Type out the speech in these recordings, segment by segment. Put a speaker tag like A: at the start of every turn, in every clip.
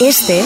A: Este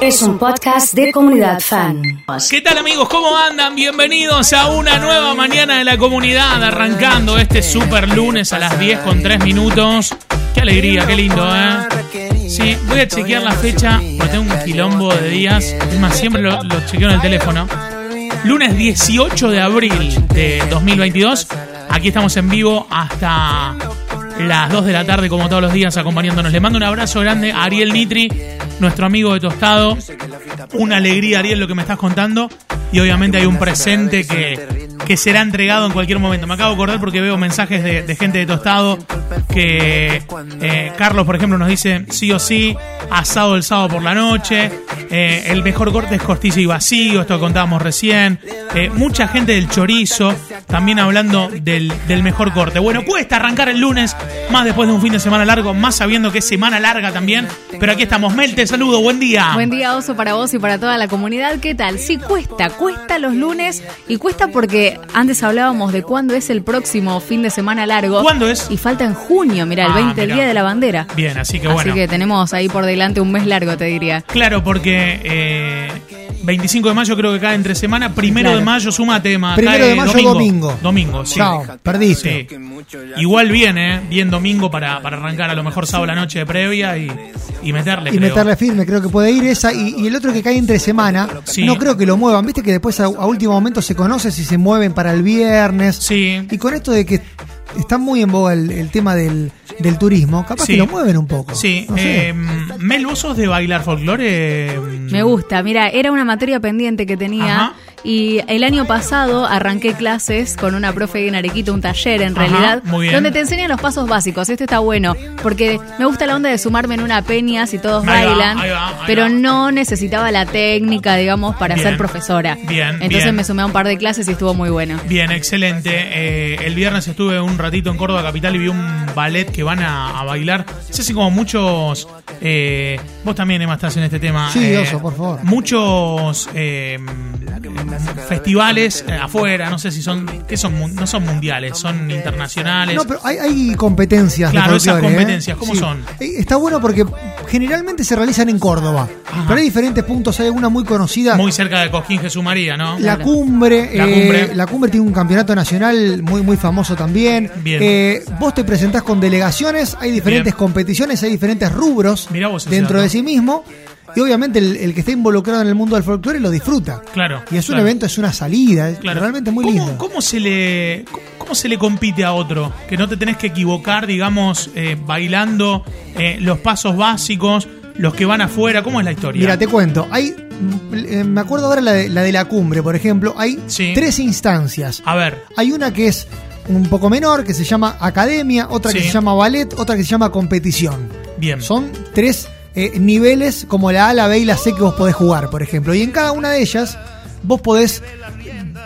A: es un podcast de comunidad fan.
B: ¿Qué tal amigos? ¿Cómo andan? Bienvenidos a una nueva mañana de la comunidad, arrancando este super lunes a las 10 con 3 minutos. Qué alegría, qué lindo, ¿eh? Sí, voy a chequear la fecha porque tengo un quilombo de días. Es más, siempre lo, lo chequeo en el teléfono. Lunes 18 de abril de 2022. Aquí estamos en vivo hasta las 2 de la tarde, como todos los días, acompañándonos. Le mando un abrazo grande a Ariel Nitri, nuestro amigo de Tostado. Una alegría, Ariel, lo que me estás contando. Y obviamente hay un presente que, que será entregado en cualquier momento. Me acabo de acordar porque veo mensajes de, de gente de Tostado que eh, Carlos, por ejemplo, nos dice sí o sí, asado el sábado por la noche, eh, el mejor corte es cortizo y vacío, esto que contábamos recién. Eh, mucha gente del chorizo, también hablando del, del mejor corte. Bueno, cuesta arrancar el lunes, más después de un fin de semana largo, más sabiendo que es semana larga también. Pero aquí estamos, Mel, te saludo, buen día.
C: Buen día, Oso, para vos y para toda la comunidad. ¿Qué tal? Sí, cuesta, cuesta los lunes y cuesta porque antes hablábamos de cuándo es el próximo fin de semana largo.
B: ¿Cuándo es?
C: Y falta en junio, mira, el
B: Ah,
C: 20, el
B: mirá.
C: día de la bandera.
B: Bien, así que bueno.
C: Así que tenemos ahí por delante un mes largo, te diría.
B: Claro, porque eh, 25 de mayo creo que cae entre semana, primero
C: Claro.
B: de mayo suma tema.
D: Primero
B: cae
D: de mayo, domingo.
B: Domingo, sí.
D: Chao, perdiste.
B: Sí. Igual bien, ¿eh? Bien domingo para, para arrancar a lo mejor sábado la noche de previa y, y meterle,
D: Y
B: creo.
D: meterle firme, creo que puede ir esa. Y, y el otro que cae entre semana,
B: Sí.
D: no creo que lo muevan. Viste que después a, a último momento se conoce si se mueven para el viernes.
B: Sí.
D: Y con esto de que está muy en boga el, el tema del, del turismo, capaz
B: Sí.
D: que lo mueven un poco.
B: Sí.
D: No sé.
B: eh, Mel, ¿vos sos de bailar folclore? Mm,
C: Me gusta, mira, era una materia pendiente que tenía
B: Ajá.
C: y el año pasado arranqué clases con una profe en Arequito, un taller en
B: Ajá,
C: realidad,
B: muy bien.
C: donde te enseñan los pasos básicos. Esto está bueno, porque me gusta la onda de sumarme en una peña si todos
B: Ahí va,
C: bailan,
B: ahí va, ahí va.
C: pero no necesitaba la técnica, digamos, para
B: Bien.
C: ser profesora.
B: Bien,
C: Entonces
B: bien.
C: me sumé a un par de clases y estuvo muy bueno.
B: Bien, excelente. Eh, el viernes estuve un ratito en Córdoba Capital y vi un ballet que van a, a bailar. Se hacen como muchos. eh, vos también, Emma, estás en este tema.
D: Sí,
B: Eh,
D: Oso, por favor.
B: Muchos eh, festivales eh, afuera, no sé si son. ¿Qué son? Mun- No son mundiales, son internacionales.
D: Ah, No, pero hay, hay competencias. de
B: Claro, esas
D: folclore, ¿eh?
B: competencias, ¿cómo son?
D: Eh, Está bueno porque generalmente se realizan en Córdoba.
B: Ajá.
D: Pero hay diferentes puntos. Hay alguna muy conocida.
B: Muy cerca de Cosquín Jesús María, ¿no?
D: La
C: Claro.
D: cumbre,
B: La
D: eh,
B: Cumbre.
D: la cumbre tiene un campeonato nacional muy muy famoso también.
B: Bien.
D: Eh, vos te presentás con delegaciones, hay diferentes
B: Bien.
D: competiciones, hay diferentes rubros
B: Mirá vos ese
D: dentro
B: dato.
D: de sí mismo. Y obviamente el, el que está involucrado en el mundo del folclore lo disfruta.
B: Claro,
D: Y es un
B: claro.
D: evento, es una salida, es
B: Claro.
D: realmente muy
B: ¿Cómo,
D: lindo.
B: ¿Cómo se le cómo se le compite a otro? Que no te tenés que equivocar, digamos, eh, bailando eh, los pasos básicos, los que van afuera. ¿Cómo es la historia?
D: Mira, te cuento, hay, mm, eh, me acuerdo ahora la de la, de la cumbre, por ejemplo, hay
B: Sí.
D: tres instancias.
B: A ver,
D: Hay una que es un poco menor, que se llama academia, otra que
B: Sí.
D: se llama ballet, otra que se llama competición.
B: bien.
D: Son tres eh, niveles como la A, la B y la C que vos podés jugar, por ejemplo. Y en cada una de ellas vos podés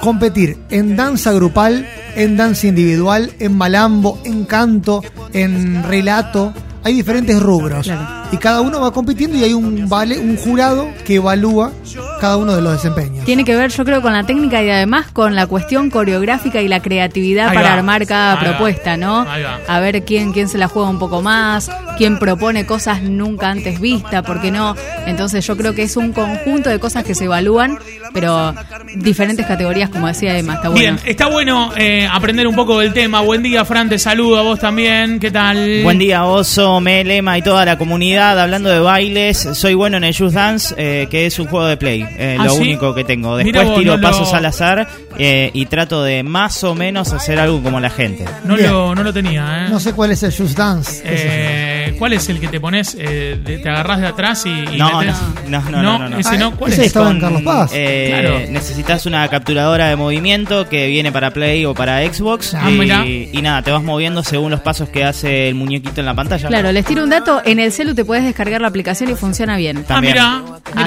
D: competir en danza grupal, en danza individual, en malambo, en canto, en relato. Hay diferentes rubros.
C: Claro.
D: Y cada uno va compitiendo y hay un, vale, un jurado que evalúa cada uno de los desempeños.
C: Tiene que ver, yo creo, con la técnica y además con la cuestión coreográfica y la creatividad
B: Ahí
C: para
B: va.
C: armar cada
B: Ahí va.
C: propuesta, ¿no?
B: Ahí va.
C: A ver quién, quién se la juega un poco más, quién propone cosas nunca antes vistas, ¿por qué no? Entonces yo creo que es un conjunto de cosas que se evalúan, pero diferentes categorías, como decía Emma, está bueno.
B: Bien, está bueno eh, aprender un poco del tema. Buen día, Fran, te saludo a vos también. ¿Qué tal?
E: Buen día, Oso, Melema y toda la comunidad. Hablando de bailes, soy bueno en el Just Dance, eh, que es un juego de play, eh,
B: ¿Ah,
E: lo
B: sí?
E: único que tengo.
B: Mira
E: Después
B: vos,
E: tiro
B: no lo-
E: pasos al azar eh, y trato de más o menos hacer algo como la gente.
B: No,
D: Bien.
B: lo, no lo tenía, ¿eh?
D: No sé cuál es el Just Dance.
B: Eh, ¿Cuál es el que te pones? eh, de- ¿Te agarrás de atrás y, y
E: No,
B: metés?
E: no, no, no, no, no, no.
B: ese no.
D: Ah,
B: ¿Cuál
D: ese
B: es?
D: está- Estaba en Carlos Paz.
E: eh,
B: Claro.
E: Necesitas una capturadora de movimiento que viene para Play o para Xbox.
B: Ah, mirá.
E: y, y nada, te vas moviendo según los pasos que hace el muñequito en la pantalla.
C: Claro, les tiro un dato, en el celu te puedes descargar la aplicación y funciona bien.
B: Ah,
E: también.
B: mira,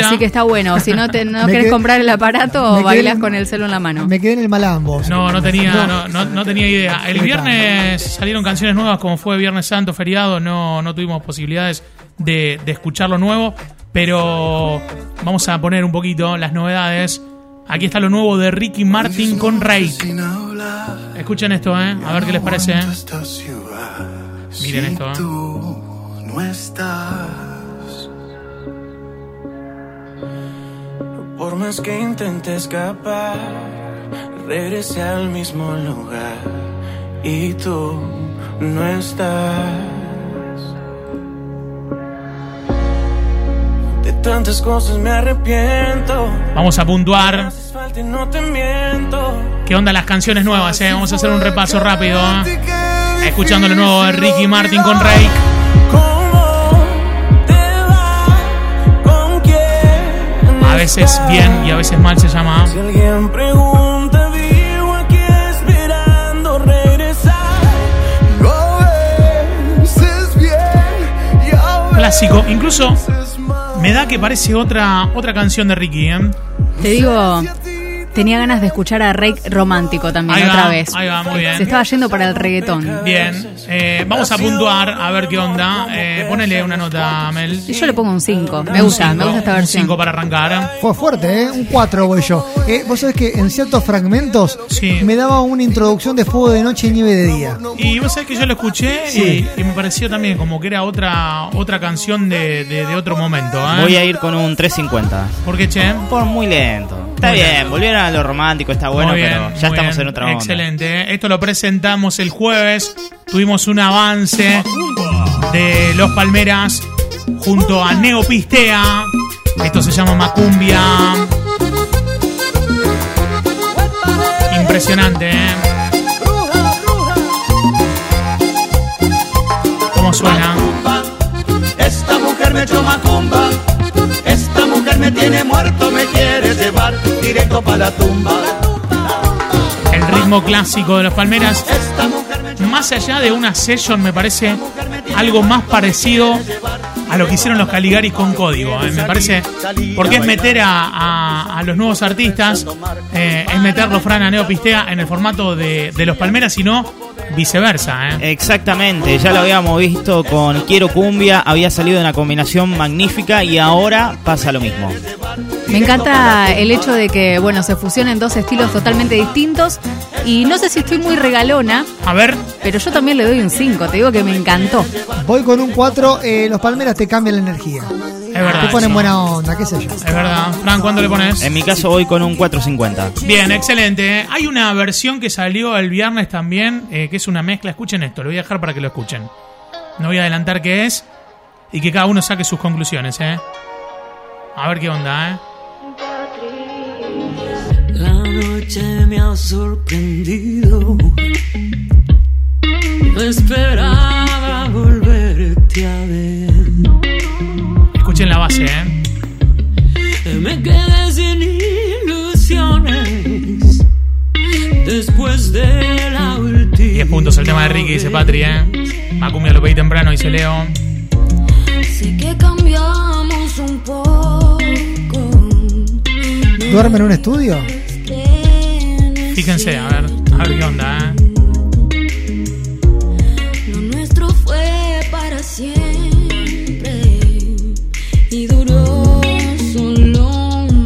C: Así que está bueno, si no, te, no
D: Me
C: querés
D: quedé-
C: comprar el aparato,
D: me
C: bailás
D: quedé-
C: con el celu en la mano.
D: Me quedé en el malambo.
B: No, no tenía, no, no- no tenía idea. El viernes salieron canciones nuevas, como fue Viernes Santo, feriado, no, no tuvimos posibilidades de, de escuchar lo nuevo, pero vamos a poner un poquito las novedades. Aquí está lo nuevo de Ricky Martin con Rake.
F: Sin hablar
B: Escuchen esto, ¿eh? A ver qué les parece. ¿eh?
F: de esta ciudad.
B: Miren
F: si
B: esto, ¿eh?
F: Tú no estás. Por más que intente escapar, regresé al mismo lugar y tú no estás. De tantas cosas me arrepiento.
B: Vamos a puntuar.
F: Haces falta y no te miento.
B: ¿Qué onda las canciones nuevas, eh? Vamos a hacer un repaso rápido. ¿eh? Escuchando lo nuevo de Ricky Martin con Rake.
F: ¿Cómo te va? ¿Con quién
B: A veces
F: estás?
B: bien y a veces mal se llama.
F: Si alguien pregunta, digo aquí esperando regresar. Lo ves, es bien y a
B: Clásico. Incluso
F: veces más.
B: me da que parece otra, otra canción de Ricky, ¿eh?
C: Te digo, tenía ganas de escuchar a Rake romántico también
B: Ahí va,
C: otra vez.
B: ahí va, muy bien.
C: Se estaba yendo para el reggaetón.
B: Bien. eh, vamos a puntuar a ver qué onda. Eh, ponele una nota, Mel.
C: Y yo le pongo un 5. Me gusta, me gusta esta versión.
B: 5 para arrancar.
D: Fue fuerte, ¿eh? Un 4 voy yo. Eh, Vos sabés que en ciertos fragmentos
B: Sí.
D: me daba una introducción de fuego de noche y nieve de día.
B: Y vos sabés que yo lo escuché y- y, me pareció también como que era otra, otra canción de, de- de otro momento, ¿eh?
E: Voy a ir con un 350.
B: ¿Por qué, Che?
E: Por muy lento. Está
B: Muy
E: bien,
B: lento.
E: volvieron a lo romántico, está bueno,
B: Muy bien,
E: pero
B: muy
E: ya estamos
B: bien.
E: en otra onda.
B: Excelente. ¿eh? Esto lo presentamos el jueves. Tuvimos un avance de Los Palmeras junto a Neopistea. Esto se llama Macumbia. Impresionante, ¿eh? ¿Cómo suena?
G: Esta mujer me echó macumba. Esta mujer me tiene muerto, me quiere llevar directo para la tumba.
B: El ritmo clásico de Los Palmeras.
G: Esta mujer me echó
B: Más allá de una session, me parece algo más parecido a lo que hicieron los Caligaris con código. ¿eh? Me parece. Porque es meter a, a- a los nuevos artistas, eh, es meterlo Fran a Neopistea en el formato de, de los Palmeras y no viceversa. ¿eh?
E: Exactamente, ya lo habíamos visto con Quiero Cumbia, había salido una combinación magnífica y ahora pasa lo mismo.
C: Me encanta el hecho de que, bueno, se fusionen dos estilos totalmente distintos. Y no sé si estoy muy regalona,
B: A ver,
C: pero yo también le doy un 5. Te digo que me encantó.
D: Voy con un 4, eh, los palmeras te cambian la energía.
B: es verdad.
D: Te ponen
B: eso.
D: buena onda, qué sé yo.
B: Es verdad. Fran, ¿cuándo le pones?
E: En mi caso voy con un 450.
B: Bien, excelente. ¿eh? Hay una versión que salió el viernes también, eh, que es una mezcla. Escuchen esto, lo voy a dejar para que lo escuchen. No voy a adelantar qué es y que cada uno saque sus conclusiones, ¿eh? A ver qué onda, ¿eh?
H: La noche me ha sorprendido. No esperaba volverte a ver.
B: Escuchen la base, ¿eh?
H: Me quedé sin ilusiones. Después de la última.
B: 10 puntos el tema de Ricky, dice Patri, ¿eh? Macumbia lo pedí temprano, dice Leo.
I: Sé que cambiamos un poco.
D: ¿Duerme en un estudio?
B: Fíjense, a ver, a ver qué onda, ¿eh?
I: Lo nuestro fue para siempre y duró solo un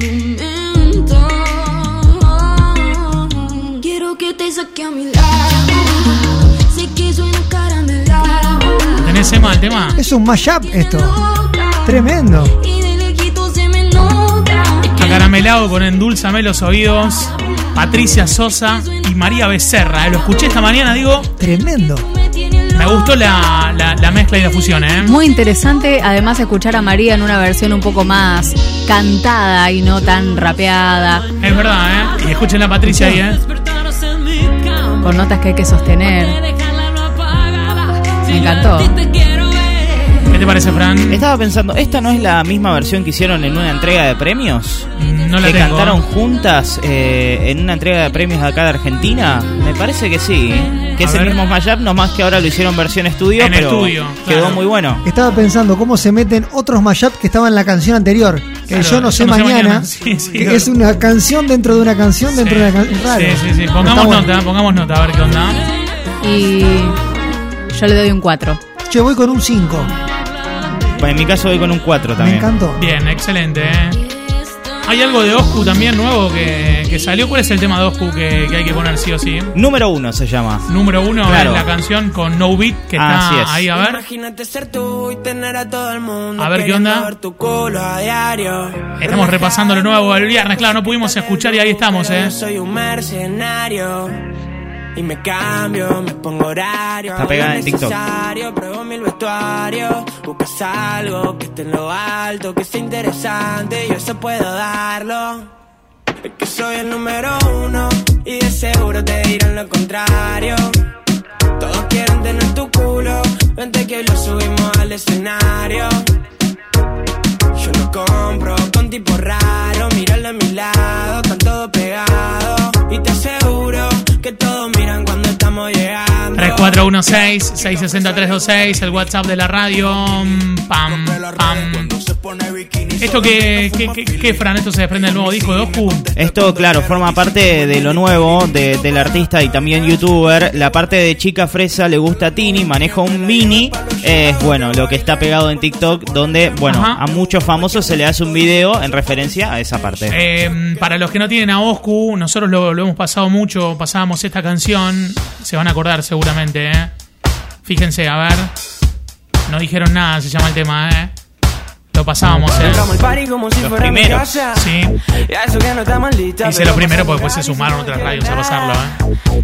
I: momento. Quiero que te saque a mi lado. Sé que soy una caramelo.
B: ¿Tenés tema el tema?
D: Es un mashup esto.
I: Loca.
D: Tremendo.
I: Y de lejito se me nota.
B: Acaramelado con Endulzame los oídos. Patricia Sosa y María Becerra. ¿eh? Lo escuché esta mañana, digo,
D: Tremendo.
I: Me tiene
B: me gustó la, la- la mezcla y la fusión, ¿eh?
C: Muy interesante, además, escuchar a María en una versión un poco más cantada y no tan rapeada,
B: Es verdad, ¿eh? Y escuchen a Patricia ahí, ¿eh?
H: Despertarse en mi cama.
C: con notas que hay que sostener.
H: Dejarla no apagada. Si yo a
C: encantó.
H: ti te quiero ver.
B: ¿Qué te parece, Fran?
E: Estaba pensando, ¿esta no es la misma versión que hicieron en una entrega de premios?
B: Mm, No la
E: que
B: tengo.
E: cantaron juntas eh, en una entrega de premios de acá de Argentina? Me parece que sí. Que
B: A
E: es
B: ver.
E: el mismo mashup, nomás que ahora lo hicieron versión estudio,
B: En
E: pero
B: estudio,
E: quedó
B: claro.
E: muy bueno.
D: Estaba pensando cómo se meten otros mashup que estaban en la canción anterior. Que
B: Claro,
D: yo no sé mañana.
B: Sí, sí,
D: que
B: claro.
D: es una canción dentro de una canción dentro de una
B: Sí,
D: canción. Es raro.
B: sí, sí, sí.
D: Está
B: Pongamos
D: bueno.
B: nota, pongamos nota, a ver qué onda.
C: Y yo le doy un 4.
D: Che, voy con un 5.
E: Pues en mi caso voy con un 4
D: Me
E: también.
D: encantó.
B: Bien, excelente, ¿eh?
I: esta
B: Hay algo de Oscu también nuevo que, que salió. ¿Cuál es el tema de Oscu que, que hay que poner sí o sí?
E: Número uno se llama.
B: Número uno
E: Claro.
B: es la canción con No Beat que
E: Así
B: está
E: es.
B: ahí a ver.
F: Imagínate ser tú y tener a todo el mundo.
B: A ver, ¿qué
F: queriendo
B: onda?
F: ver tu culo a diario.
B: Estamos repasando lo nuevo del viernes, claro, no pudimos escuchar y ahí estamos,
F: Pero
B: eh.
F: yo Soy un mercenario. Y me cambio, me pongo horario.
E: Está
F: hago
E: pegada
F: lo
E: en TikTok.
F: necesario, Pruebo mil vestuarios. Buscas algo que esté en lo alto, que sea interesante. Yo eso puedo darlo. Es que soy el número uno. Y de seguro te dirán lo contrario. Todos quieren tener tu culo. Vente que lo subimos al escenario. Yo no compro con tipo raro. Míralo a mi lado, están todos pegados. Y te aseguro que todos miran cuando estamos llegando.
B: 3416-660-326, el WhatsApp de la radio. mm, Pam, pam. ¿Esto qué, qué, qué, qué, Fran? ¿Esto se desprende del nuevo disco de Oscu?
E: Esto, claro, forma parte de lo nuevo de- del artista y también youtuber. La parte de chica fresa le gusta a Tini, maneja un mini. Es bueno, lo que está pegado en TikTok, donde, bueno,
B: Ajá.
E: a muchos famosos se le hace un video en referencia a esa parte.
B: Eh, para los que no tienen a Oscu, nosotros lo, lo hemos pasado mucho, pasábamos esta canción, se van a acordar seguramente, ¿eh? Fíjense, a ver. No dijeron nada, se llama el tema, ¿eh? Lo pasábamos, ¿eh?
F: Entramos al party como si
E: Los
F: fuera mi
E: primeros.
F: casa.
B: Sí.
F: Y a eso que no está maldita.
B: Hice
F: pero
B: lo primero porque
F: pasa
B: después pues, se sumaron
F: por
B: otras
F: ahí,
B: radios a pasarlo, ¿eh?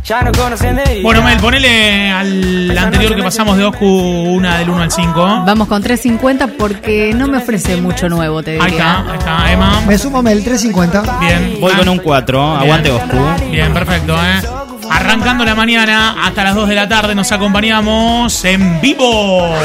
F: Ya no conocen de ella.
B: Bueno, Mel, ponele al anterior que pasamos de Oscu, una del 1 al 5.
C: Vamos con 350 porque no me ofrece mucho nuevo, te diría.
B: Ahí está, ahí está, Emma.
D: Me sumo Mel 350.
B: Eh, ah. Bien.
E: Voy con un 4, aguante Oscu.
B: Bien, perfecto, ¿eh? Arrancando la mañana, hasta las 2 de la tarde nos acompañamos en vivo.